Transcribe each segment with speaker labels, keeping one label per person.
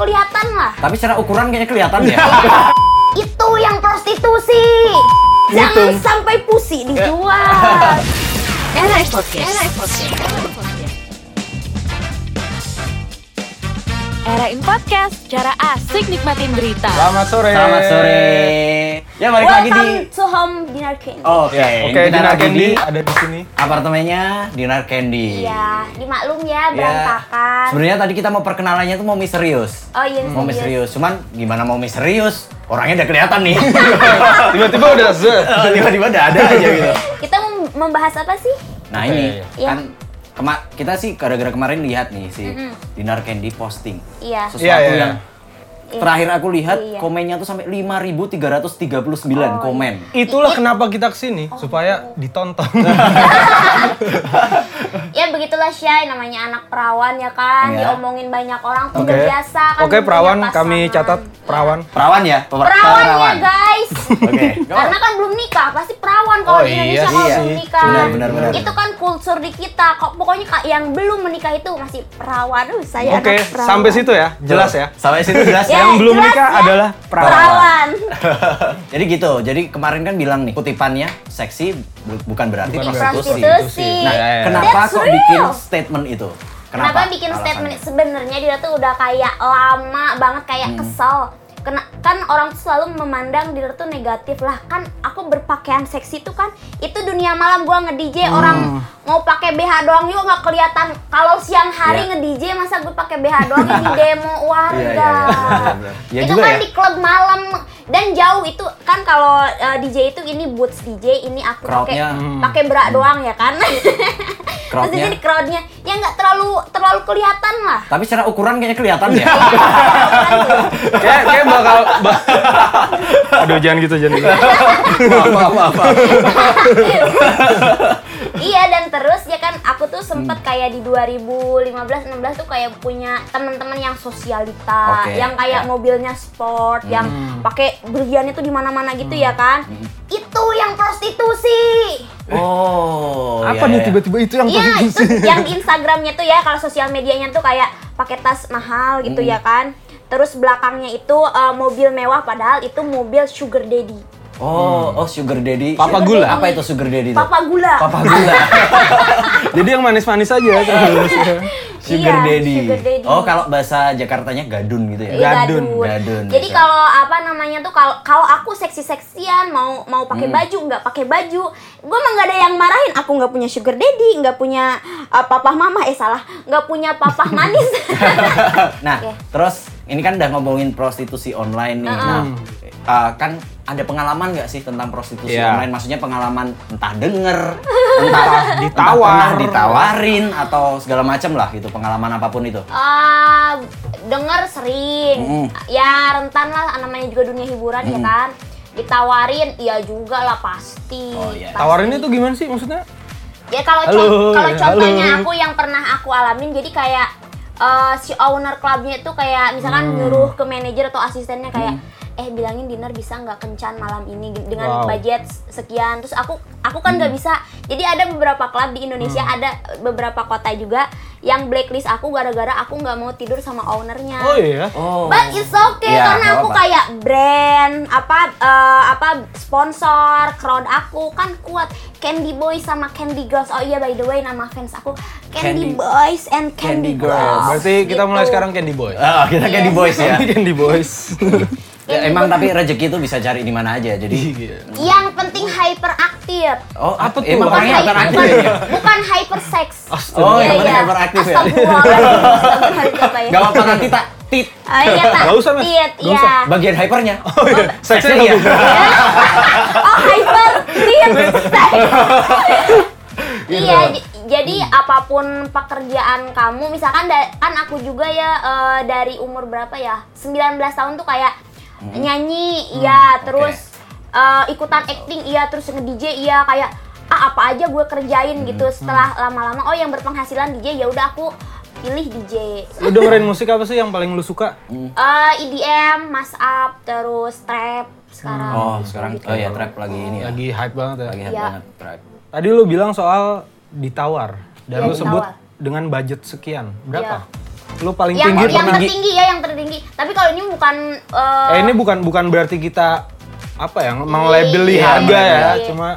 Speaker 1: kelihatan lah.
Speaker 2: Tapi secara ukuran kayaknya kelihatan ya.
Speaker 1: Itu yang prostitusi. Jangan
Speaker 3: Hitung.
Speaker 1: sampai pusi dijual.
Speaker 4: Alright Podcast. Alright Podcast. Erain Podcast, cara asik nikmatin berita.
Speaker 3: Selamat sore.
Speaker 2: Selamat sore. Ya balik lagi di Oh.
Speaker 1: Welcome to home dinner king.
Speaker 2: Oke,
Speaker 3: Ya, Oke,
Speaker 2: kita
Speaker 3: Dinar
Speaker 2: lagi di
Speaker 3: Candy ada di sini.
Speaker 2: apartemennya Dinar Candy.
Speaker 1: Iya, dimaklum ya
Speaker 2: Ya,
Speaker 1: berantakan.
Speaker 2: Sebenarnya tadi kita mau perkenalannya tuh mau misterius.
Speaker 1: Oh iya, serius.
Speaker 2: Mau misterius, cuman gimana mau misterius? Orangnya udah kelihatan nih.
Speaker 3: Tiba-tiba udah zet.
Speaker 2: Oh, Tiba-tiba udah ada aja gitu.
Speaker 1: Kita mem- membahas apa sih?
Speaker 2: Nah
Speaker 3: Oke.
Speaker 2: ini
Speaker 1: Iya.
Speaker 2: kan kema- kita sih gara-gara kemarin lihat nih si Dinar Candy posting
Speaker 1: Iya.
Speaker 2: sesuatu
Speaker 3: Iya, iya.
Speaker 2: yang terakhir aku lihat
Speaker 1: Iya. Oh,
Speaker 2: komennya tuh sampai 5.339 komen.
Speaker 3: Itulah kenapa kita kesini supaya ditonton.
Speaker 1: Ya begitulah Syai, namanya anak perawan ya kan,
Speaker 2: Iya.
Speaker 1: diomongin banyak orang tuh udah biasa kan.
Speaker 3: Oke,
Speaker 1: belum
Speaker 3: perawan
Speaker 1: punya
Speaker 3: kami
Speaker 1: pasangan.
Speaker 3: catat perawan.
Speaker 2: Perawan ya, Pemer-
Speaker 1: Perawannya iya, guys.
Speaker 2: Oke.
Speaker 1: Karena kan belum nikah, pasti perawan kalau
Speaker 3: Oh,
Speaker 1: di
Speaker 3: iya
Speaker 1: Indonesia
Speaker 3: sih,
Speaker 1: kalau
Speaker 2: iya.
Speaker 1: belum nikah.
Speaker 2: Benar, benar, benar.
Speaker 1: Itu kan kultur di kita. Kok pokoknya kak yang belum menikah itu masih perawan. Uh, saya
Speaker 3: Oke,
Speaker 1: anak perawan.
Speaker 3: sampai situ ya. Jelas ya.
Speaker 2: Sampai situ jelas
Speaker 1: Ya,
Speaker 2: ya.
Speaker 3: Yang belum
Speaker 1: jelas
Speaker 3: nikah
Speaker 1: ya.
Speaker 3: adalah perawan.
Speaker 1: Perawan.
Speaker 2: Jadi gitu. Jadi kemarin kan bilang nih kutipannya seksi bu- bukan berarti
Speaker 3: Bukan
Speaker 2: prostitusi.
Speaker 1: Prostitusi.
Speaker 2: Nah,
Speaker 3: Ya, ya, ya.
Speaker 2: kenapa
Speaker 1: That's
Speaker 2: kok
Speaker 1: real.
Speaker 2: bikin statement itu?
Speaker 1: Kenapa, bikin
Speaker 2: alasannya?
Speaker 1: statement sebenarnya dia tuh udah kayak lama banget kayak
Speaker 2: Hmm.
Speaker 1: kesel. Kena, kan orang tuh selalu memandang diri tuh negatif lah kan aku berpakaian seksi tuh kan itu dunia malam gua nge-DJ
Speaker 2: Hmm.
Speaker 1: orang mau pakai BH doang yuk nggak kelihatan kalau siang hari
Speaker 2: Iya.
Speaker 1: nge-DJ masa gue pakai BH doang ya di demo warga
Speaker 2: Iya, iya, iya, benar, benar. Ya
Speaker 1: itu
Speaker 2: juga
Speaker 1: kan
Speaker 2: ya.
Speaker 1: di klub malam dan jauh itu kan kalau eh, DJ itu ini boots DJ ini aku pakai
Speaker 2: Crowd-nya, hmm.
Speaker 1: pakai bra doang ya kan Terus
Speaker 2: Crowd-nya?
Speaker 1: jadi crowdnya ya nggak terlalu terlalu kelihatan lah.
Speaker 2: Tapi secara ukuran kayaknya kelihatan ya.
Speaker 3: Kayak kayak bakal ba- Aduh, jangan gitu,
Speaker 2: Oh,
Speaker 3: jangan
Speaker 2: maaf,
Speaker 3: gitu.
Speaker 2: maaf, maaf, maaf.
Speaker 1: iya dan terus ya kan aku tuh sempet
Speaker 2: Hmm.
Speaker 1: kayak di 2015-16 tuh kayak punya teman-teman yang sosialita,
Speaker 2: Oke,
Speaker 1: yang kayak
Speaker 2: ya. Hmm.
Speaker 1: mobilnya sport, yang pakai berliannya tuh di mana-mana gitu ya kan. Itu yang prostitusi.
Speaker 2: Oh. iya,
Speaker 3: Apa nih
Speaker 2: iya.
Speaker 3: tiba-tiba itu yang
Speaker 1: Iya, itu
Speaker 3: prostitusi?
Speaker 1: yang di Instagramnya tuh ya kalau sosial medianya tuh kayak pakai tas mahal gitu ya
Speaker 2: Hmm.
Speaker 1: kan. Terus belakangnya itu eh, mobil mewah padahal itu mobil sugar daddy.
Speaker 2: Oh, oh sugar daddy.
Speaker 3: Papa
Speaker 2: Sugar
Speaker 3: gula?
Speaker 2: daddy. Apa itu sugar daddy itu?
Speaker 1: Papa gula. Iya,
Speaker 2: Papa gula.
Speaker 3: Jadi yang manis-manis aja kan? terus.
Speaker 1: Iya,
Speaker 2: sugar, daddy.
Speaker 1: sugar daddy.
Speaker 2: Oh, kalau bahasa Jakartanya gadun gitu ya.
Speaker 1: Iya,
Speaker 3: Gadun.
Speaker 2: Gadun, Iya.
Speaker 1: Jadi
Speaker 2: betul.
Speaker 1: kalau apa namanya tuh kalau kalau aku seksi-seksian mau mau pakai
Speaker 2: Hmm.
Speaker 1: baju nggak pakai baju, gue mah nggak ada yang marahin. Aku nggak punya sugar daddy, nggak punya eh, papa mama eh salah, nggak punya papa manis.
Speaker 2: nah,
Speaker 3: Iya.
Speaker 1: Oke.
Speaker 2: terus ini kan udah ngomongin prostitusi online nih. Nah, eh, kan ada pengalaman nggak sih tentang prostitusi
Speaker 3: Iya.
Speaker 2: online? Maksudnya pengalaman entah denger, entah entah
Speaker 3: ditawar.
Speaker 2: pernah ditawarin atau segala macam lah gitu pengalaman apapun itu.
Speaker 1: Ah, dengar sering.
Speaker 2: Mm.
Speaker 1: Ya rentan lah namanya juga dunia hiburan
Speaker 2: Hmm.
Speaker 1: ya kan. Ditawarin iya juga lah pasti.
Speaker 2: Oh, iya.
Speaker 1: Pasti.
Speaker 3: Tawarinnya tuh gimana sih maksudnya?
Speaker 1: Ya kalau
Speaker 3: Halo,
Speaker 1: con- kalau
Speaker 3: ya,
Speaker 1: contohnya
Speaker 3: halo.
Speaker 1: aku yang pernah aku alamin jadi kayak eh, si owner klubnya itu kayak misalkan
Speaker 3: Hmm.
Speaker 1: nyuruh ke manajer atau asistennya kayak eh bilangin dinner bisa nggak kencan malam ini Gin- dengan
Speaker 3: Wow. Hmm.
Speaker 1: budget sekian terus aku aku kan nggak bisa jadi ada beberapa klub di Indonesia ada beberapa kota juga yang blacklist aku gara-gara aku nggak mau tidur sama ownernya
Speaker 3: Oh iya.
Speaker 2: Oh.
Speaker 1: But it's okay
Speaker 2: Iya,
Speaker 1: karena
Speaker 2: nggak
Speaker 1: aku
Speaker 2: apa-apa.
Speaker 1: kayak brand apa eh, apa sponsor crowd aku kan kuat Candy Boys sama Candy Girls. Oh iya by the way nama fans aku Candy,
Speaker 2: Candy-
Speaker 1: Boys and Candy,
Speaker 2: Candy
Speaker 1: Girls.
Speaker 2: Girls.
Speaker 3: Berarti
Speaker 1: Gitu.
Speaker 3: kita mulai sekarang Candy Boy.
Speaker 2: Ah, kita kayak di
Speaker 1: Iya.
Speaker 2: boys ya.
Speaker 3: Candy Boys.
Speaker 2: Ya,
Speaker 3: Iya.
Speaker 2: emang tapi rezeki itu bisa cari di mana aja. Jadi
Speaker 1: Yang penting hyperaktif.
Speaker 2: Oh,
Speaker 3: Apa tuh?
Speaker 2: Emang
Speaker 3: Bukan
Speaker 2: orangnya
Speaker 1: hyper-
Speaker 2: hyperaktif ya?
Speaker 1: bukan, bukan hypersex.
Speaker 2: Oh,
Speaker 1: Iya,
Speaker 2: yang
Speaker 1: iya.
Speaker 2: penting hyperaktif ya.
Speaker 1: Astagfirullah. Astagfirullah.
Speaker 2: Gak apa-apa nanti tak tit
Speaker 1: Ah, iya, tak.
Speaker 3: Nggak usah, Mas.
Speaker 1: Tit,
Speaker 3: Nggak
Speaker 1: iya.
Speaker 3: usah.
Speaker 2: bagian hypernya.
Speaker 3: Oh iya. Seksnya
Speaker 2: Seksi ya.
Speaker 3: nggak
Speaker 1: Oh, hyper
Speaker 2: Gitu.
Speaker 1: Iya, j- jadi apapun pekerjaan kamu, misalkan da- kan aku juga ya eh, dari umur berapa ya? 19 tahun tuh kayak nyanyi, iya,
Speaker 2: Hmm. oke.
Speaker 1: terus eh, ikutan acting, iya, terus nge-DJ, iya, kayak ah, apa aja gue kerjain
Speaker 2: Hmm,
Speaker 1: gitu. Setelah lama-lama, oh yang berpenghasilan DJ ya udah aku pilih DJ.
Speaker 3: Lu dengerin musik apa sih yang paling lu suka?
Speaker 2: Hmm.
Speaker 1: Eh, EDM, mas up, terus trap sekarang.
Speaker 2: Oh, sekarang oh ya trap lagi ini ya.
Speaker 3: Lagi hype banget ya.
Speaker 2: Lagi hype
Speaker 1: Iya.
Speaker 2: banget trap.
Speaker 3: Tadi lu bilang soal ditawar dan
Speaker 1: Iya,
Speaker 3: lu sebut
Speaker 1: ditawar.
Speaker 3: dengan budget sekian. Berapa?
Speaker 1: Iya.
Speaker 3: Lu paling
Speaker 1: yang
Speaker 3: pinggir
Speaker 1: yang
Speaker 3: pernah.
Speaker 1: tertinggi ya yang tertinggi tapi kalau ini bukan eh,
Speaker 3: Eh ini bukan bukan berarti kita apa ya menglabeli
Speaker 1: Iya,
Speaker 3: harga ya,
Speaker 1: iya.
Speaker 3: cuma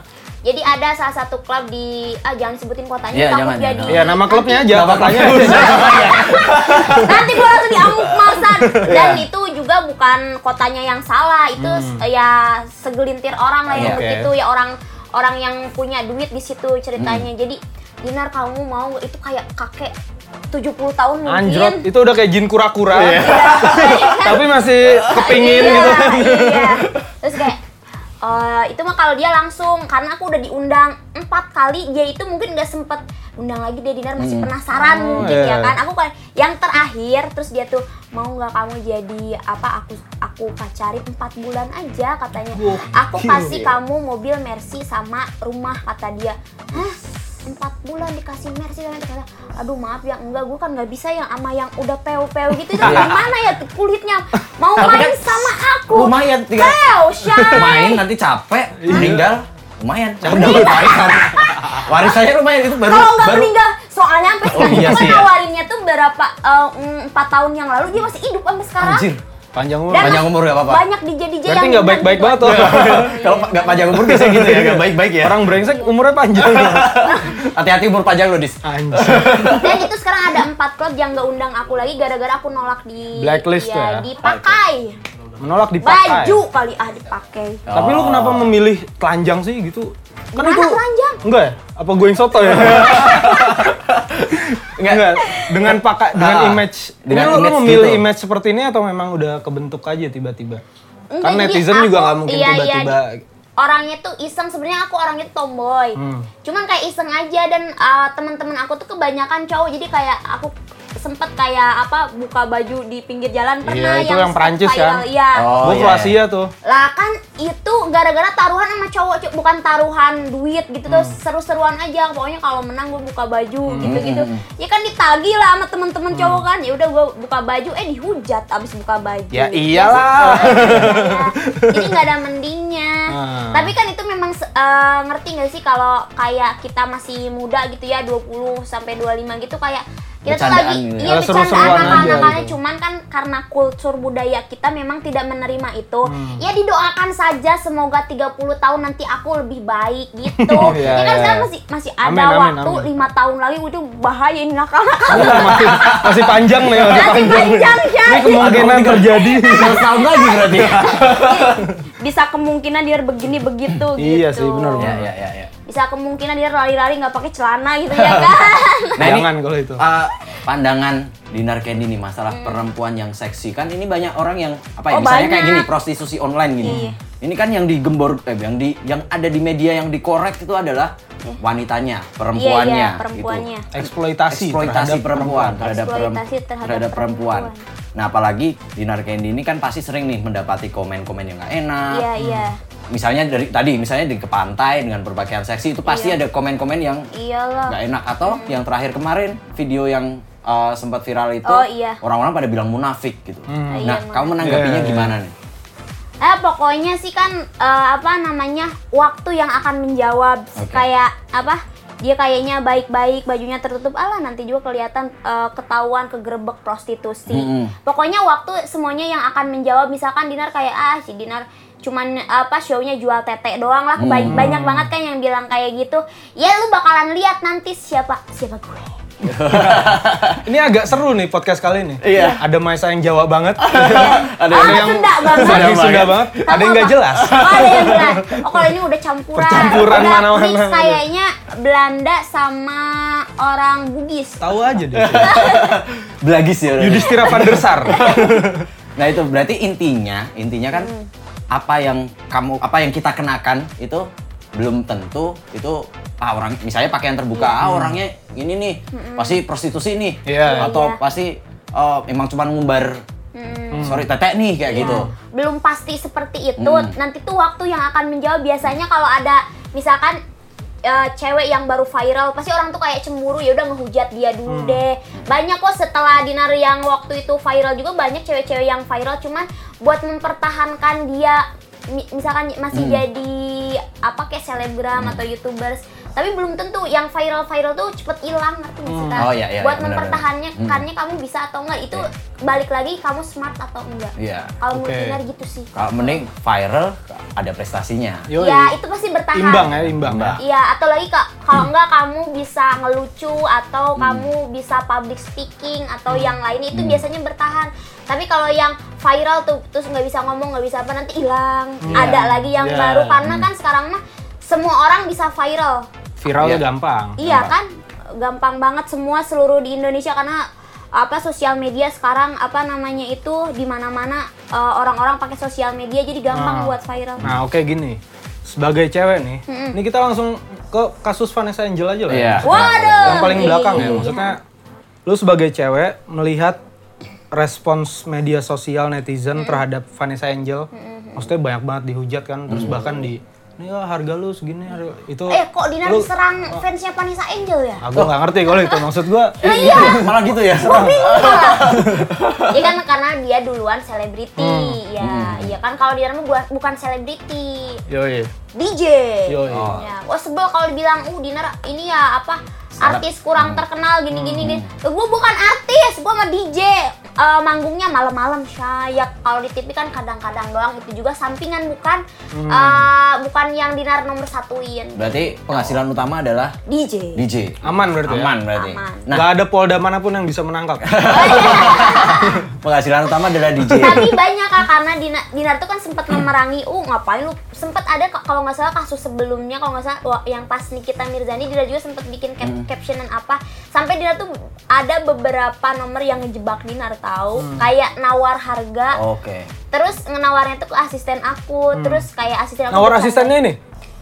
Speaker 1: jadi ada salah satu klub di ah jangan sebutin kotanya
Speaker 2: Iya,
Speaker 1: takut
Speaker 2: jangan,
Speaker 1: jadi
Speaker 2: jangan.
Speaker 3: ya nama klubnya aja
Speaker 2: Nama
Speaker 3: katanya.
Speaker 1: nanti gue langsung diamuk masan dan itu juga bukan kotanya yang salah itu eh, ya segelintir orang lah yang
Speaker 2: Oke.
Speaker 1: begitu ya orang orang yang punya duit di situ ceritanya jadi dinar kamu mau nggak? itu kayak kakek 70 tahun mungkin
Speaker 3: Anjrot itu udah kayak jin kura-kura. Tapi masih kepingin
Speaker 1: Iya,
Speaker 3: gitu.
Speaker 1: iya. Terus kayak eh, itu mah kalau dia langsung karena aku udah diundang empat kali dia itu mungkin nggak sempet undang lagi dia dinar masih penasaran
Speaker 3: Oh,
Speaker 1: mungkin ya
Speaker 3: iya.
Speaker 1: kan aku kan yang terakhir terus dia tuh mau nggak kamu jadi apa aku aku pacarin empat bulan aja katanya aku kasih kamu mobil mercy sama rumah kata dia Hah? empat bulan dikasih mercy sama kata aduh maaf ya enggak gue kan nggak bisa yang sama yang udah peo-peo gitu itu gimana ya kulitnya mau
Speaker 2: Tapi
Speaker 1: main
Speaker 2: kan
Speaker 1: sama aku
Speaker 2: lumayan tinggal
Speaker 1: peo Shay.
Speaker 2: main nanti capek meninggal lumayan udah
Speaker 3: Iya.
Speaker 2: warisan warisannya lumayan itu baru
Speaker 1: kalau nggak
Speaker 2: baru
Speaker 1: meninggal soalnya sampai
Speaker 2: Oh,
Speaker 1: sekarang
Speaker 2: iya
Speaker 1: gue
Speaker 2: sih ya.
Speaker 1: nawarinnya tuh berapa eh, mm, empat tahun yang lalu dia masih hidup sampai sekarang
Speaker 2: anjir
Speaker 3: Panjang umur.
Speaker 1: Dan
Speaker 2: Panjang
Speaker 1: mas-
Speaker 2: umur nggak apa-apa.
Speaker 1: banyak DJ DJ
Speaker 3: Berarti
Speaker 1: yang
Speaker 3: nggak baik-baik banget tuh.
Speaker 2: kalau pa- nggak panjang umur biasanya gitu ya nggak baik-baik
Speaker 1: Iya.
Speaker 2: ya
Speaker 3: Orang brengsek umurnya panjang.
Speaker 2: hati-hati umur panjang lo dis
Speaker 3: Anjir.
Speaker 1: dan itu sekarang ada empat klub yang nggak undang aku lagi gara-gara aku nolak di
Speaker 3: Blacklist tuh ya?
Speaker 1: ya, dipakai
Speaker 3: Menolak dipakai.
Speaker 1: baju kali ah dipakai
Speaker 3: Tapi lu
Speaker 2: Oh.
Speaker 3: kenapa memilih telanjang sih gitu? Kan
Speaker 1: Gimana
Speaker 3: itu
Speaker 1: telanjang?
Speaker 3: Enggak ya? Apa gue yang soto ya? Enggak. Dengan pakai dengan
Speaker 2: Ah,
Speaker 3: image.
Speaker 2: dengan
Speaker 3: Ini lu- lu
Speaker 2: image
Speaker 3: memilih
Speaker 2: gitu.
Speaker 3: image seperti ini atau memang udah kebentuk aja tiba-tiba?
Speaker 1: Enggak,
Speaker 3: Kan
Speaker 1: jadi
Speaker 3: netizen
Speaker 1: aku-
Speaker 3: juga nggak mungkin
Speaker 1: iya, iya,
Speaker 3: tiba-tiba.
Speaker 1: di- orangnya tuh iseng sebenarnya aku orangnya tuh tomboy
Speaker 3: Hmm.
Speaker 1: cuman kayak iseng aja dan uh, teman-teman aku tuh kebanyakan cowok jadi kayak aku sempet kayak apa buka baju di pinggir jalan pernah
Speaker 3: Iya, itu yang Prancis
Speaker 1: viral,
Speaker 3: kan?
Speaker 1: iya
Speaker 2: Oh,
Speaker 3: Gue
Speaker 2: iya,
Speaker 3: Kroasia
Speaker 2: iya.
Speaker 3: tuh.
Speaker 1: lah kan itu gara-gara taruhan sama cowok cu- bukan taruhan duit gitu terus
Speaker 3: Hmm.
Speaker 1: seru-seruan aja pokoknya kalau menang gue buka baju gitu-gitu
Speaker 3: Hmm.
Speaker 1: ya kan ditagi lah sama temen-temen cowok kan ya udah gue buka baju eh dihujat abis buka baju Iya
Speaker 3: Ya iyalah.
Speaker 1: jadi nggak ada mendingnya
Speaker 3: Hmm.
Speaker 1: tapi kan itu memang se- eh, ngerti nggak sih kalau kayak kita masih muda gitu ya 20 sampai 25 gitu kayak kita tuh
Speaker 2: Bercandaan
Speaker 1: lagi
Speaker 2: gitu ya.
Speaker 1: iya
Speaker 3: Ya,
Speaker 1: bercandaan
Speaker 3: seru-seruan aja
Speaker 1: anak-anaknya
Speaker 3: gitu.
Speaker 1: cuman kan karena kultur budaya kita memang tidak menerima itu
Speaker 3: Hmm.
Speaker 1: ya didoakan saja semoga 30 tahun nanti aku lebih baik gitu
Speaker 3: Iya,
Speaker 1: ya kan
Speaker 3: iya,
Speaker 1: sekarang
Speaker 3: iya.
Speaker 1: masih masih ada
Speaker 3: Amin, amin,
Speaker 1: waktu
Speaker 3: amin. Iya,
Speaker 1: lima tahun lagi itu bahaya ini nakal-nakal
Speaker 3: Enggak, masih, masih panjang nih. Masih
Speaker 1: masih
Speaker 3: panjang.
Speaker 1: panjang
Speaker 3: Ini
Speaker 1: ya
Speaker 3: kemungkinan terjadi.
Speaker 2: tahun lagi berarti Iya,
Speaker 1: bisa kemungkinan dia begini begitu gitu
Speaker 3: Iya sih, benar,
Speaker 2: ya ya ya, ya.
Speaker 1: bisa kemungkinan dia lari-lari nggak pakai celana gitu ya kan
Speaker 2: Nah, ini-
Speaker 3: Jangan kalau itu.
Speaker 2: Eh, pandangan Dinar Candy nih masalah perempuan yang seksi kan ini banyak orang yang apa ya
Speaker 1: Oh,
Speaker 2: misalnya kayak
Speaker 1: banyak.
Speaker 2: gini prostitusi online gini.
Speaker 1: Iya.
Speaker 2: Ini kan yang digembor eh, yang di yang ada di media yang dikorek itu adalah wanitanya, perempuannya,
Speaker 1: Iya,
Speaker 2: gitu.
Speaker 1: iya, perempuannya.
Speaker 3: Eksploitasi,
Speaker 2: eksploitasi
Speaker 3: terhadap
Speaker 2: perempuan, terhadap perem-
Speaker 1: Eksploitasi terhadap
Speaker 2: terhadap perempuan.
Speaker 1: perempuan.
Speaker 2: Nah, apalagi Dinar Candy ini kan pasti sering nih mendapati komen-komen yang gak
Speaker 3: Nah.
Speaker 2: enak.
Speaker 1: iya iya
Speaker 2: Misalnya dari tadi misalnya di ke pantai dengan berpakaian seksi itu pasti
Speaker 1: Iya.
Speaker 2: ada komen-komen yang
Speaker 1: Oh. iyalah
Speaker 2: nggak enak atau
Speaker 1: Iya.
Speaker 2: yang terakhir kemarin video yang uh, sempat viral itu
Speaker 1: Oh, iya.
Speaker 2: orang-orang pada bilang munafik gitu.
Speaker 1: Oh, iya,
Speaker 2: Nah,
Speaker 1: emang.
Speaker 2: kamu menanggapinya
Speaker 3: Iya, iya.
Speaker 2: gimana nih?
Speaker 1: eh pokoknya sih kan eh, apa namanya waktu yang akan menjawab
Speaker 2: Oke.
Speaker 1: kayak apa dia kayaknya baik-baik bajunya tertutup alah nanti juga kelihatan eh, ketahuan kegerebek prostitusi
Speaker 2: Mm-mm.
Speaker 1: pokoknya waktu semuanya yang akan menjawab misalkan dinar kayak ah si dinar cuman apa shownya jual tete doang lah Kebany- banyak banget kan yang bilang kayak gitu ya lu bakalan lihat nanti siapa siapa gue
Speaker 3: Ini agak seru nih podcast kali ini.
Speaker 2: Iya.
Speaker 3: Ada Maisa yang Jawa banget.
Speaker 2: Ada
Speaker 1: Ah, Sunda banget.
Speaker 3: Ada yang Sunda
Speaker 2: Sunda
Speaker 3: banget.
Speaker 1: Kamu
Speaker 3: Ada yang nggak
Speaker 1: apa?
Speaker 3: jelas.
Speaker 1: Oh, ada yang jelas. Oh, kalau ini udah campuran.
Speaker 3: Percampuran
Speaker 1: Udah
Speaker 3: mana-mana.
Speaker 1: mix kayaknya Belanda sama orang Bugis.
Speaker 3: Tahu aja deh.
Speaker 2: Belagis ya. orangnya.
Speaker 3: Yudhistira van der Sar.
Speaker 2: Nah, itu berarti intinya, intinya kan
Speaker 1: Hmm.
Speaker 2: apa yang kamu apa yang kita kenakan itu belum tentu itu ah orang misalnya pakaian terbuka ah
Speaker 1: Hmm.
Speaker 2: orangnya ini nih pasti prostitusi nih
Speaker 3: Iya.
Speaker 2: atau
Speaker 1: Iya. Hmm.
Speaker 2: pasti uh, emang cuman ngumbar sorry tetek nih kayak
Speaker 1: Iya.
Speaker 2: gitu.
Speaker 1: Belum pasti seperti itu.
Speaker 2: Hmm.
Speaker 1: Nanti tuh waktu yang akan menjawab biasanya kalau ada misalkan eh, cewek yang baru viral pasti orang tuh kayak cemburu ya udah ngehujat dia dulu
Speaker 2: Hmm.
Speaker 1: deh banyak kok setelah dinar yang waktu itu viral juga banyak cewek-cewek yang viral cuman buat
Speaker 2: Hmm.
Speaker 1: mempertahankan dia mi- misalkan masih jadi apa kayak selebgram atau youtubers Tapi belum tentu yang viral-viral tuh cepet hilang ngerti nggak sih, Kak?
Speaker 2: Oh, iya, iya,
Speaker 1: Buat
Speaker 2: iya, benar,
Speaker 1: mempertahankannya
Speaker 2: benar. Hmm.
Speaker 1: kannya kamu bisa atau enggak itu balik lagi kamu smart atau enggak.
Speaker 2: Iya.
Speaker 1: Kalau
Speaker 3: Oke.
Speaker 1: menurut Dinar gitu sih.
Speaker 2: Kalau mending viral ada prestasinya.
Speaker 3: Yoi.
Speaker 1: Ya itu pasti bertahan.
Speaker 3: Imbang ya, imbang.
Speaker 2: Imbang.
Speaker 1: Iya, atau lagi Kak, kalau enggak kamu bisa ngelucu atau
Speaker 3: Hmm.
Speaker 1: kamu bisa public speaking atau yang lain itu biasanya bertahan. Tapi kalau yang viral tuh terus nggak bisa ngomong, nggak bisa apa nanti hilang. Ada lagi yang
Speaker 3: Iya.
Speaker 1: baru karena kan sekarang mah semua orang bisa viral.
Speaker 3: Viral
Speaker 2: Iya.
Speaker 3: tuh gampang.
Speaker 1: Iya
Speaker 2: Gampang.
Speaker 1: kan? Gampang banget semua seluruh di Indonesia karena apa sosial media sekarang apa namanya itu di mana-mana eh, orang-orang pakai sosial media jadi gampang
Speaker 3: Ah.
Speaker 1: buat viral.
Speaker 3: Nah, oke gini. Sebagai cewek nih, ini kita langsung ke kasus Vanessa Angel aja lah. ya.
Speaker 2: Iya.
Speaker 1: Waduh.
Speaker 3: Yang paling belakang ya,
Speaker 1: Iya.
Speaker 3: maksudnya lu sebagai cewek melihat respons media sosial netizen terhadap Vanessa Angel, maksudnya banyak banget dihujat kan, terus bahkan di ini ya harga lu segini harga- itu
Speaker 1: Eh kok Dinar
Speaker 3: lu- Ah.
Speaker 1: diserang fansnya Vanessa Angel ya?
Speaker 3: aku nggak ngerti kalau itu maksud gua
Speaker 1: Lah iya.
Speaker 2: Malah gitu ya.
Speaker 1: Iya kan karena dia duluan selebriti,
Speaker 3: Hmm.
Speaker 1: ya. Iya kan kalau dia mah gua- bukan selebriti,
Speaker 3: yoi
Speaker 1: DJ.
Speaker 3: yoi
Speaker 2: Oh.
Speaker 1: Ya, gua sebel kalau dibilang, "Uh, Dinar ini ya apa
Speaker 2: Stand up.
Speaker 1: artis
Speaker 3: Hmm.
Speaker 1: kurang terkenal gini-gini gini." Eh, Gua bukan artis, gua mah DJ. Eh, manggungnya malam-malam syayak. Kalau di TV kan kadang-kadang doang itu juga sampingan bukan
Speaker 3: Hmm.
Speaker 1: eh, bukan yang Dinar nomor satuin.
Speaker 2: Berarti penghasilan utama adalah
Speaker 1: DJ.
Speaker 2: DJ.
Speaker 3: Aman berarti ya?
Speaker 2: Aman berarti.
Speaker 1: Aman.
Speaker 2: Nah,
Speaker 3: nggak ada polda manapun yang bisa menangkap
Speaker 2: penghasilan utama adalah DJ.
Speaker 3: Iya.
Speaker 1: tapi banyak kak karena Dina- Dinar tuh kan sempat memerangi uh ngapain lu sempat ada kok, kalau nggak salah kasus sebelumnya kalau nggak salah wah, yang pas Nikita Mirzani Dinar juga sempat bikin cap
Speaker 3: Hmm.
Speaker 1: captionan apa sampai Dinar tuh ada beberapa nomor yang ngejebak Dinar tahu
Speaker 3: Hmm.
Speaker 1: kayak nawar harga
Speaker 3: Oh.
Speaker 2: Oke.
Speaker 1: terus nawarnya tuh ke asisten aku terus kayak asisten aku
Speaker 3: Hmm. nawar
Speaker 1: tuh
Speaker 3: asistennya ini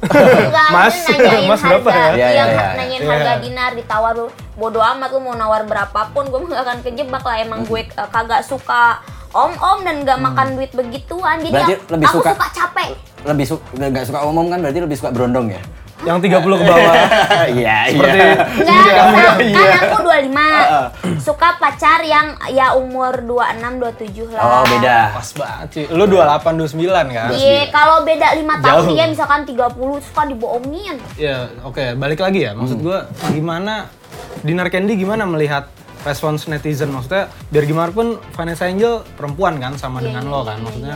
Speaker 1: Enggak,
Speaker 3: Mas,
Speaker 1: itu nanyain
Speaker 3: mas
Speaker 1: harga,
Speaker 3: berapa ya?
Speaker 2: Iya,
Speaker 1: Iya,
Speaker 2: iya, iya.
Speaker 1: nanyain
Speaker 3: Iya.
Speaker 1: harga dinar ditawar lu. Bodoh amat lu mau nawar berapapun, gue nggak akan kejebak lah. Emang gue eh, kagak suka om-om dan nggak
Speaker 3: Hmm.
Speaker 1: makan duit begituan. Jadi
Speaker 2: Berarti
Speaker 1: aku,
Speaker 2: lebih
Speaker 1: aku
Speaker 2: suka-
Speaker 1: capek.
Speaker 2: Lebih suka nggak suka umum kan berarti lebih suka berondong ya?
Speaker 3: yang 30 ke bawah
Speaker 2: Iya,
Speaker 3: seperti
Speaker 1: Enggak, kan aku 25. Suka pacar yang ya umur 26 27 lah.
Speaker 2: Oh, beda.
Speaker 3: pas banget sih lu 28 29 kan
Speaker 1: Iya, kalau beda 5 tahun
Speaker 3: Jauh.
Speaker 1: dia misalkan 30 suka dibohongin.
Speaker 3: Ya, oke, balik lagi ya. Maksud gua gimana Dinar Candy gimana melihat respons netizen? Maksudnya biar gimana pun Vanessa Angel perempuan kan sama
Speaker 1: Iya,
Speaker 3: dengan
Speaker 1: iya,
Speaker 3: lo kan. Maksudnya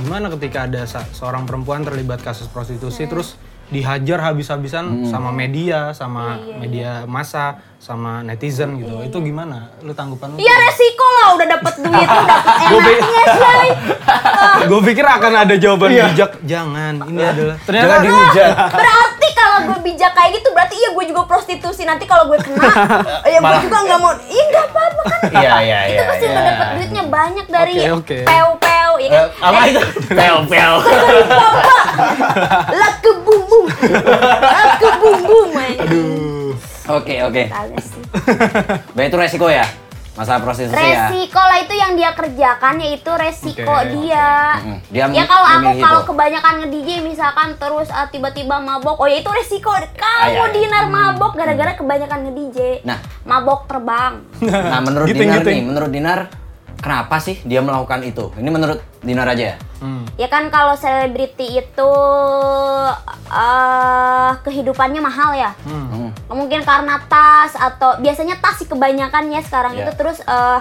Speaker 3: gimana ketika ada sa- seorang perempuan terlibat kasus prostitusi
Speaker 1: Iya.
Speaker 3: terus dihajar habis-habisan sama
Speaker 1: Iya,
Speaker 3: media, sama media massa, sama netizen gitu. Itu gimana? Lu tanggapan lu?
Speaker 1: Iya resiko lah udah dapet duit, udah dapet enaknya coy.
Speaker 3: Gue pikir akan ada jawaban bijak. Jangan, ini adalah ternyata
Speaker 2: Jangan dihujat.
Speaker 1: Berarti kalau gue bijak kayak gitu berarti iya gue juga prostitusi nanti kalau gue kena ya gue
Speaker 2: Malah.
Speaker 1: juga nggak mau iya nggak apa-apa kan
Speaker 2: Iya, iya, iya.
Speaker 1: itu pasti
Speaker 2: iya.
Speaker 1: udah dapet duitnya banyak dari
Speaker 3: Oke, oke.
Speaker 1: peo-peo ya
Speaker 2: Eh,
Speaker 1: kan
Speaker 2: apa itu? Pel, pel.
Speaker 1: lah Eh, ke bum bum lah ke bum bum
Speaker 2: Oke, oke. Berarti itu resiko ya? Masalah prostitusi ya?
Speaker 1: resiko lah itu yang dia kerjakan yaitu resiko
Speaker 3: Oke,
Speaker 1: dia
Speaker 2: Mm-mm. Dia
Speaker 1: ya kalau aku
Speaker 2: memilih
Speaker 1: kalau
Speaker 2: itu.
Speaker 1: kebanyakan nge DJ misalkan terus ah, tiba-tiba mabok oh ya itu resiko kamu
Speaker 2: Ah, iya, iya.
Speaker 1: dinar mabok gara-gara kebanyakan nge DJ
Speaker 2: Nah.
Speaker 1: mabok terbang
Speaker 2: Nah, menurut
Speaker 3: Giting,
Speaker 2: Dinar
Speaker 3: giting.
Speaker 2: nih, menurut Dinar kenapa sih dia melakukan itu? Ini menurut Dinar aja ya?
Speaker 3: Hmm.
Speaker 1: Ya kan kalau selebriti itu eh kehidupannya mahal ya.
Speaker 2: Hmm.
Speaker 1: Mungkin karena tas atau biasanya tas sih kebanyakan ya sekarang
Speaker 2: Iya.
Speaker 1: itu terus eh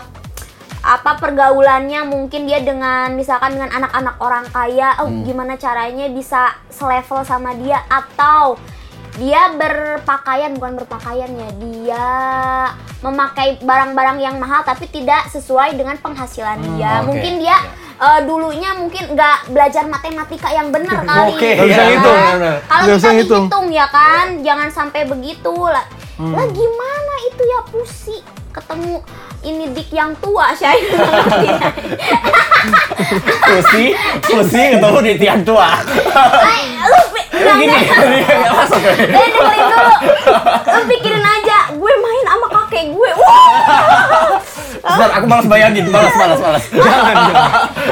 Speaker 1: apa pergaulannya mungkin dia dengan misalkan dengan anak-anak orang kaya, oh
Speaker 2: Hmm.
Speaker 1: gimana caranya bisa selevel sama dia atau dia berpakaian bukan berpakaian ya dia memakai barang-barang yang mahal tapi tidak sesuai dengan penghasilan dia
Speaker 2: Hmm, oke.
Speaker 1: mungkin dia
Speaker 2: Iya.
Speaker 1: Eh, dulunya mungkin nggak belajar matematika yang benar kali. ya
Speaker 2: Oke, nggak bisa
Speaker 1: kan?
Speaker 2: ngitung,
Speaker 3: benar-benar.
Speaker 1: Kalau
Speaker 3: Nggak
Speaker 1: kita
Speaker 3: bisa ngitung.
Speaker 1: dihitung ya kan, jangan sampai begitu lah. Lah gimana itu ya pusi ketemu ini dik yang tua saya nggak ngerti.
Speaker 2: Pusi, Pusi ketemu di tiang tua.
Speaker 1: Eh, lu pi- nggak,
Speaker 2: Gini,
Speaker 1: nggak.
Speaker 2: nggak masuk.
Speaker 1: Eh, dengerin dulu. Lu pikirin aja, gue main sama kakek gue. Wah!
Speaker 2: Bentar, aku malas bayangin, malas, malas, malas.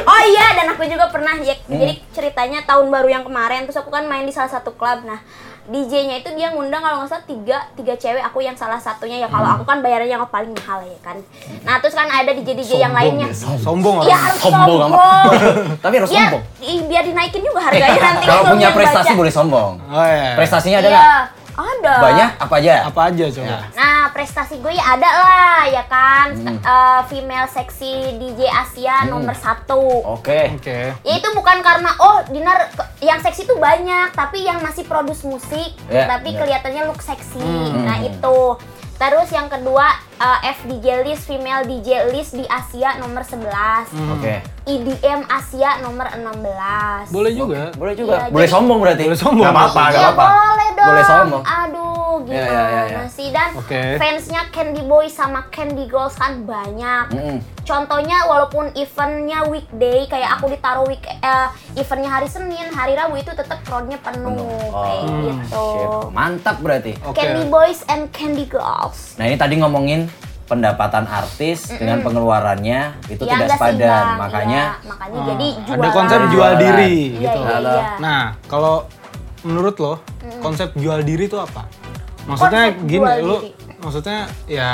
Speaker 1: Oh iya, dan aku juga pernah ya,
Speaker 2: Hmm.
Speaker 1: jadi ceritanya tahun baru yang kemarin terus aku kan main di salah satu klub. Nah, DJ-nya itu dia ngundang kalau nggak salah tiga, tiga cewek aku yang salah satunya ya
Speaker 2: Hmm.
Speaker 1: kalau aku kan bayarnya yang paling mahal ya kan. Nah, terus kan ada DJ DJ yang lainnya.
Speaker 3: Sombong
Speaker 1: Iya
Speaker 3: orang.
Speaker 1: harus
Speaker 2: ya, Sombong
Speaker 1: sombong.
Speaker 2: amat. Tapi harus
Speaker 1: Iya,
Speaker 2: sombong.
Speaker 1: i- biar dinaikin juga harganya nanti kan
Speaker 2: Kalau
Speaker 1: belum
Speaker 2: punya
Speaker 1: yang
Speaker 2: prestasi
Speaker 1: baca.
Speaker 2: boleh sombong.
Speaker 3: Oh, iya.
Speaker 2: Prestasinya ada
Speaker 1: Iya.
Speaker 2: nggak?
Speaker 1: Ada.
Speaker 2: Banyak apa aja?
Speaker 3: Apa aja
Speaker 2: Ya.
Speaker 3: coba?
Speaker 1: Nah, prestasi gue ya ada lah, ya kan?
Speaker 2: Hmm.
Speaker 1: Eh, female seksi DJ Asia nomor satu.
Speaker 2: Oke.
Speaker 3: Oke.
Speaker 1: Ya itu bukan karena oh dinar ke- yang seksi tuh banyak, tapi yang masih produce musik,
Speaker 2: Ya,
Speaker 1: tapi
Speaker 2: ya. Hmm.
Speaker 1: kelihatannya look seksi. Nah itu. Terus yang kedua eh, FDJ list female DJ list di Asia nomor 11.
Speaker 2: Oke.
Speaker 1: EDM Asia nomor 16.
Speaker 3: Boleh juga.
Speaker 2: Boleh juga.
Speaker 1: Iya,
Speaker 2: boleh
Speaker 1: jadi-
Speaker 2: sombong berarti.
Speaker 3: Boleh sombong.
Speaker 2: Gak apa-apa,
Speaker 1: Ya
Speaker 2: gak apa-apa.
Speaker 1: boleh dong.
Speaker 2: Boleh sombong.
Speaker 1: Aduh,
Speaker 2: Ya,
Speaker 1: gimana
Speaker 2: ya, ya, ya.
Speaker 1: sih? Dan
Speaker 3: Oke.
Speaker 1: fansnya Candy Boy sama Candy Girls kan banyak.
Speaker 2: Mm-mm.
Speaker 1: Contohnya walaupun eventnya weekday, kayak aku ditaruh week eh, eventnya hari Senin, hari Rabu itu tetap crowdnya penuh,
Speaker 2: Penuh.
Speaker 1: kayak
Speaker 2: Oh,
Speaker 1: gitu.
Speaker 2: Sip. Mantap berarti.
Speaker 3: Oke.
Speaker 1: Candy Boys and Candy Girls.
Speaker 2: Nah ini tadi ngomongin pendapatan artis dengan pengeluarannya itu
Speaker 1: Ya,
Speaker 2: tidak
Speaker 1: nggak
Speaker 2: sepadan,
Speaker 1: seimbang.
Speaker 2: makanya Ah,
Speaker 1: Ya, makanya jadi jualan.
Speaker 3: Ah, Ada konsep jual
Speaker 2: Jualan.
Speaker 3: diri
Speaker 1: Iya,
Speaker 3: gitu.
Speaker 1: iya,
Speaker 2: Halo.
Speaker 1: iya.
Speaker 3: Nah, kalau menurut lo, konsep jual diri itu apa? Maksudnya
Speaker 1: Konsep
Speaker 3: gini,
Speaker 1: jual
Speaker 3: lo
Speaker 1: diri.
Speaker 3: maksudnya ya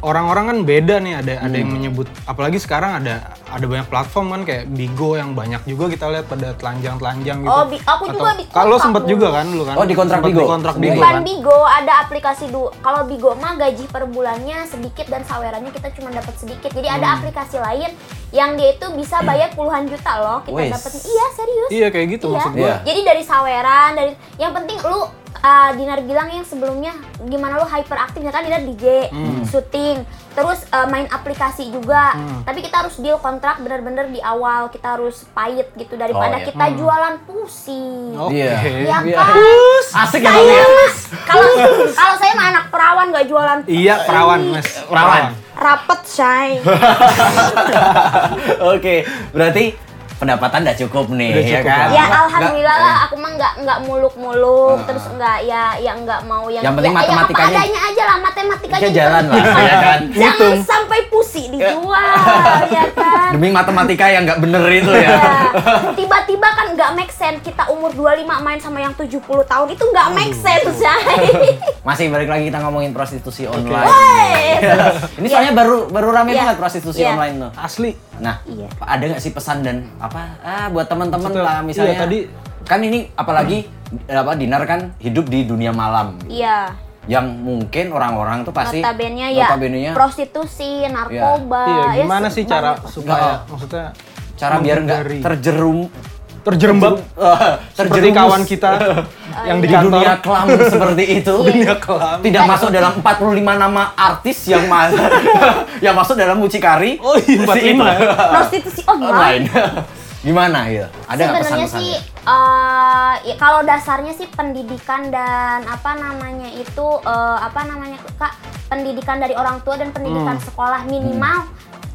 Speaker 3: orang-orang kan beda nih ada
Speaker 2: Hmm.
Speaker 3: ada yang menyebut apalagi sekarang ada ada banyak platform kan kayak Bigo yang banyak juga kita lihat pada telanjang-telanjang gitu.
Speaker 1: Oh, Bi- aku juga Iya. di
Speaker 3: Kalau
Speaker 1: kontrak
Speaker 3: sempet
Speaker 1: dulu.
Speaker 3: juga kan lu kan.
Speaker 2: Oh, di kontrak
Speaker 3: Sempet
Speaker 2: Bigo.
Speaker 3: Di kontrak
Speaker 2: Sempet.
Speaker 3: Bigo
Speaker 1: Bukan
Speaker 3: kan.
Speaker 1: Bigo, ada aplikasi du. Kalau Bigo mah gaji per bulannya sedikit dan sawerannya kita cuma dapat sedikit. Jadi
Speaker 2: Hmm.
Speaker 1: ada aplikasi lain yang dia itu bisa bayar puluhan juta loh kita
Speaker 2: Wis.
Speaker 1: dapat. Iya serius.
Speaker 3: Iya kayak gitu
Speaker 1: Iya.
Speaker 3: maksud
Speaker 2: Iya.
Speaker 3: gua.
Speaker 1: Jadi dari saweran, dari yang penting lu uh, Dinar bilang yang sebelumnya gimana lu hyperaktif ya kan Dinar DJ,
Speaker 2: Hmm.
Speaker 1: syuting, terus uh, main aplikasi juga. Tapi kita harus deal kontrak bener-bener di awal, kita harus pahit gitu daripada
Speaker 2: Oh, iya.
Speaker 1: kita jualan pusing.
Speaker 3: Oke.
Speaker 2: Iya.
Speaker 1: Ya
Speaker 2: Iya.
Speaker 1: kan?
Speaker 2: asik ya Bang,
Speaker 1: Saya
Speaker 2: ya.
Speaker 1: mas, kalau kalau saya mah anak perawan nggak jualan.
Speaker 3: Iya, perawan, Mas.
Speaker 2: Perawan.
Speaker 1: Rapet say.
Speaker 2: Iya. Oke, berarti pendapatan udah cukup nih,
Speaker 3: Udah
Speaker 2: ya
Speaker 3: cukup
Speaker 1: ya
Speaker 2: kan?
Speaker 3: lah.
Speaker 2: Nggak- eh, iya. Ah.
Speaker 1: alhamdulillah lah, aku mah nggak nggak muluk-muluk, terus nggak ya ya nggak mau yang
Speaker 2: Yang
Speaker 1: ya,
Speaker 2: penting
Speaker 1: yang apa
Speaker 2: matematikanya-
Speaker 1: adanya aja lah matematikanya.
Speaker 2: Kayak jalan lah,
Speaker 1: diperlukan.
Speaker 2: ya kan?
Speaker 1: Jangan
Speaker 2: Hitung.
Speaker 1: sampai pusi dijual, ya kan?
Speaker 2: Demi matematika yang nggak bener itu ya.
Speaker 1: Ya. Tiba-tiba kan nggak make sense kita umur 25 main sama yang 70 tahun itu nggak make sense, Shay.
Speaker 2: Masih balik lagi kita ngomongin prostitusi online.
Speaker 1: Woi.
Speaker 2: Ini soalnya baru baru rame
Speaker 1: Iya.
Speaker 2: banget prostitusi
Speaker 1: Iya.
Speaker 2: online tuh.
Speaker 3: Asli.
Speaker 2: Nah,
Speaker 1: Iya.
Speaker 2: ada nggak sih pesan dan apa ah, buat teman-teman
Speaker 3: Betul.
Speaker 2: lah misalnya?
Speaker 3: Iya, tadi-
Speaker 2: kan ini apalagi apa dinar kan hidup di dunia malam
Speaker 1: Iya.
Speaker 2: yang mungkin orang-orang tuh pasti
Speaker 1: notabene ya
Speaker 2: notabene-nya
Speaker 1: prostitusi, narkoba.
Speaker 3: Iya,
Speaker 1: ya
Speaker 3: gimana
Speaker 1: se-
Speaker 3: sih cara
Speaker 1: banyak.
Speaker 3: supaya
Speaker 2: Nggak.
Speaker 3: maksudnya
Speaker 2: Oh, cara biar nggak
Speaker 3: menghindari?
Speaker 2: terjerum eh,
Speaker 3: terjerembab seperti
Speaker 2: terjerumus
Speaker 3: kawan kita yang di
Speaker 2: di
Speaker 3: kantor
Speaker 2: dunia kelam seperti itu
Speaker 1: Iya.
Speaker 3: dunia kelam.
Speaker 2: tidak masuk dalam 45 nama artis yang ma- yang masuk dalam mucikari
Speaker 3: Oh
Speaker 2: si
Speaker 3: iya, 45
Speaker 2: itu.
Speaker 1: Prostitusi oh, online.
Speaker 2: online gimana ya ada nggak
Speaker 1: Sebenarnya
Speaker 2: pesan-pesan ya?
Speaker 1: sih eh, ya kalau dasarnya sih pendidikan dan apa namanya itu eh, apa namanya Kak, pendidikan dari orang tua dan pendidikan
Speaker 2: Hmm.
Speaker 1: sekolah minimal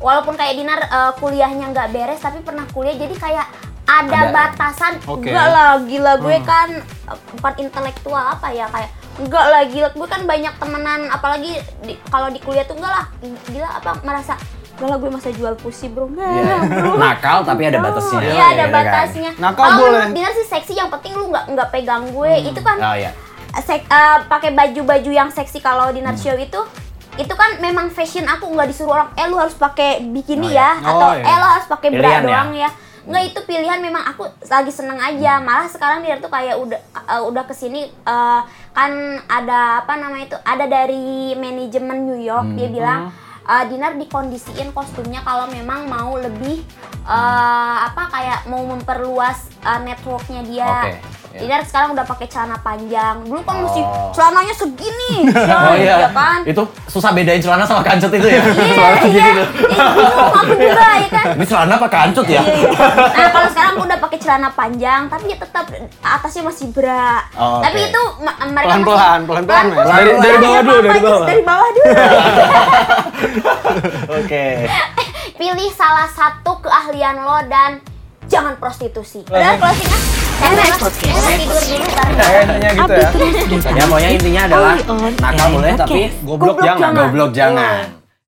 Speaker 1: walaupun kayak Dinar eh, kuliahnya nggak beres tapi pernah kuliah jadi kayak ada,
Speaker 2: Ada. Hmm.
Speaker 1: batasan
Speaker 3: Oke.
Speaker 1: enggak lah gila gue kan eh, bukan intelektual apa ya kayak enggak lah gila gue kan banyak temenan apalagi di- kalau di kuliah tuh enggak lah gila apa merasa enggak lah gue masa jual pusi bro enggak
Speaker 2: Iya.
Speaker 1: lah, bro
Speaker 2: nakal tapi ada batasnya
Speaker 1: Iya,
Speaker 2: Ya,
Speaker 1: ada
Speaker 2: kan?
Speaker 1: batasnya.
Speaker 3: Nakal
Speaker 1: Kalau
Speaker 3: boleh.
Speaker 1: menurut Dinar sih seksi yang penting lu nggak nggak pegang gue. Itu kan
Speaker 2: oh iya
Speaker 1: sek- eh, pakai baju-baju yang seksi kalau Dinar
Speaker 2: Hmm.
Speaker 1: show itu itu kan memang fashion aku nggak disuruh orang eh lu harus pakai bikini
Speaker 2: Oh,
Speaker 1: ya
Speaker 2: iya.
Speaker 1: atau
Speaker 3: Oh, iya.
Speaker 1: eh lu harus pakai bra
Speaker 2: Pilihan ya.
Speaker 1: doang ya. Nggak itu pilihan memang aku lagi seneng aja.
Speaker 2: Hmm.
Speaker 1: Malah sekarang Dinar tuh kayak udah eh, udah kesini eh, kan ada apa namanya itu ada dari manajemen New York dia
Speaker 2: Hmm.
Speaker 1: bilang
Speaker 2: Oh.
Speaker 1: eh, Dinar dikondisiin kostumnya kalau memang mau lebih eh, apa kayak mau memperluas eh, networknya dia.
Speaker 2: Oke, ya.
Speaker 1: Dinar sekarang udah pakai celana panjang. Dulu kan mesti
Speaker 2: Oh.
Speaker 1: celananya segini,
Speaker 2: Oh
Speaker 1: coy,
Speaker 2: iya,
Speaker 1: ya kan?
Speaker 2: itu susah bedain celana sama kancut itu ya.
Speaker 1: Iya, iya,
Speaker 2: Celana gini
Speaker 1: iya,
Speaker 2: tuh.
Speaker 1: bingung aku juga ya kan.
Speaker 2: Ini celana apa kancut ya?
Speaker 1: Iya, iya. Nah kalau sekarang aku udah pakai celana panjang, tapi ya tetap atasnya masih bra.
Speaker 2: Oh,
Speaker 1: tapi
Speaker 2: oke.
Speaker 1: itu ma- mereka
Speaker 3: Pelan-pelan,
Speaker 1: masih-
Speaker 3: pelan-pelan, Mas.
Speaker 1: pelan-pelan,
Speaker 3: Dari-
Speaker 1: pelan-pelan,
Speaker 3: dari bawah
Speaker 1: ya,
Speaker 3: dulu, dari
Speaker 1: apa-apa,
Speaker 3: bawah.
Speaker 1: Dari bawah dulu.
Speaker 2: Oke.
Speaker 1: Pilih salah satu keahlian lo dan jangan prostitusi. Udah closingnya? Jangan
Speaker 4: Podcast.
Speaker 1: prostitusi. Tidur dulu ntar.
Speaker 3: Kayaknya gitu ya.
Speaker 2: Ya pokoknya intinya adalah
Speaker 4: Only on
Speaker 2: nakal boleh tapi
Speaker 3: Goblok
Speaker 1: Oh, iya. Goblok
Speaker 3: jangan.
Speaker 1: jangan.
Speaker 2: goblok jangan.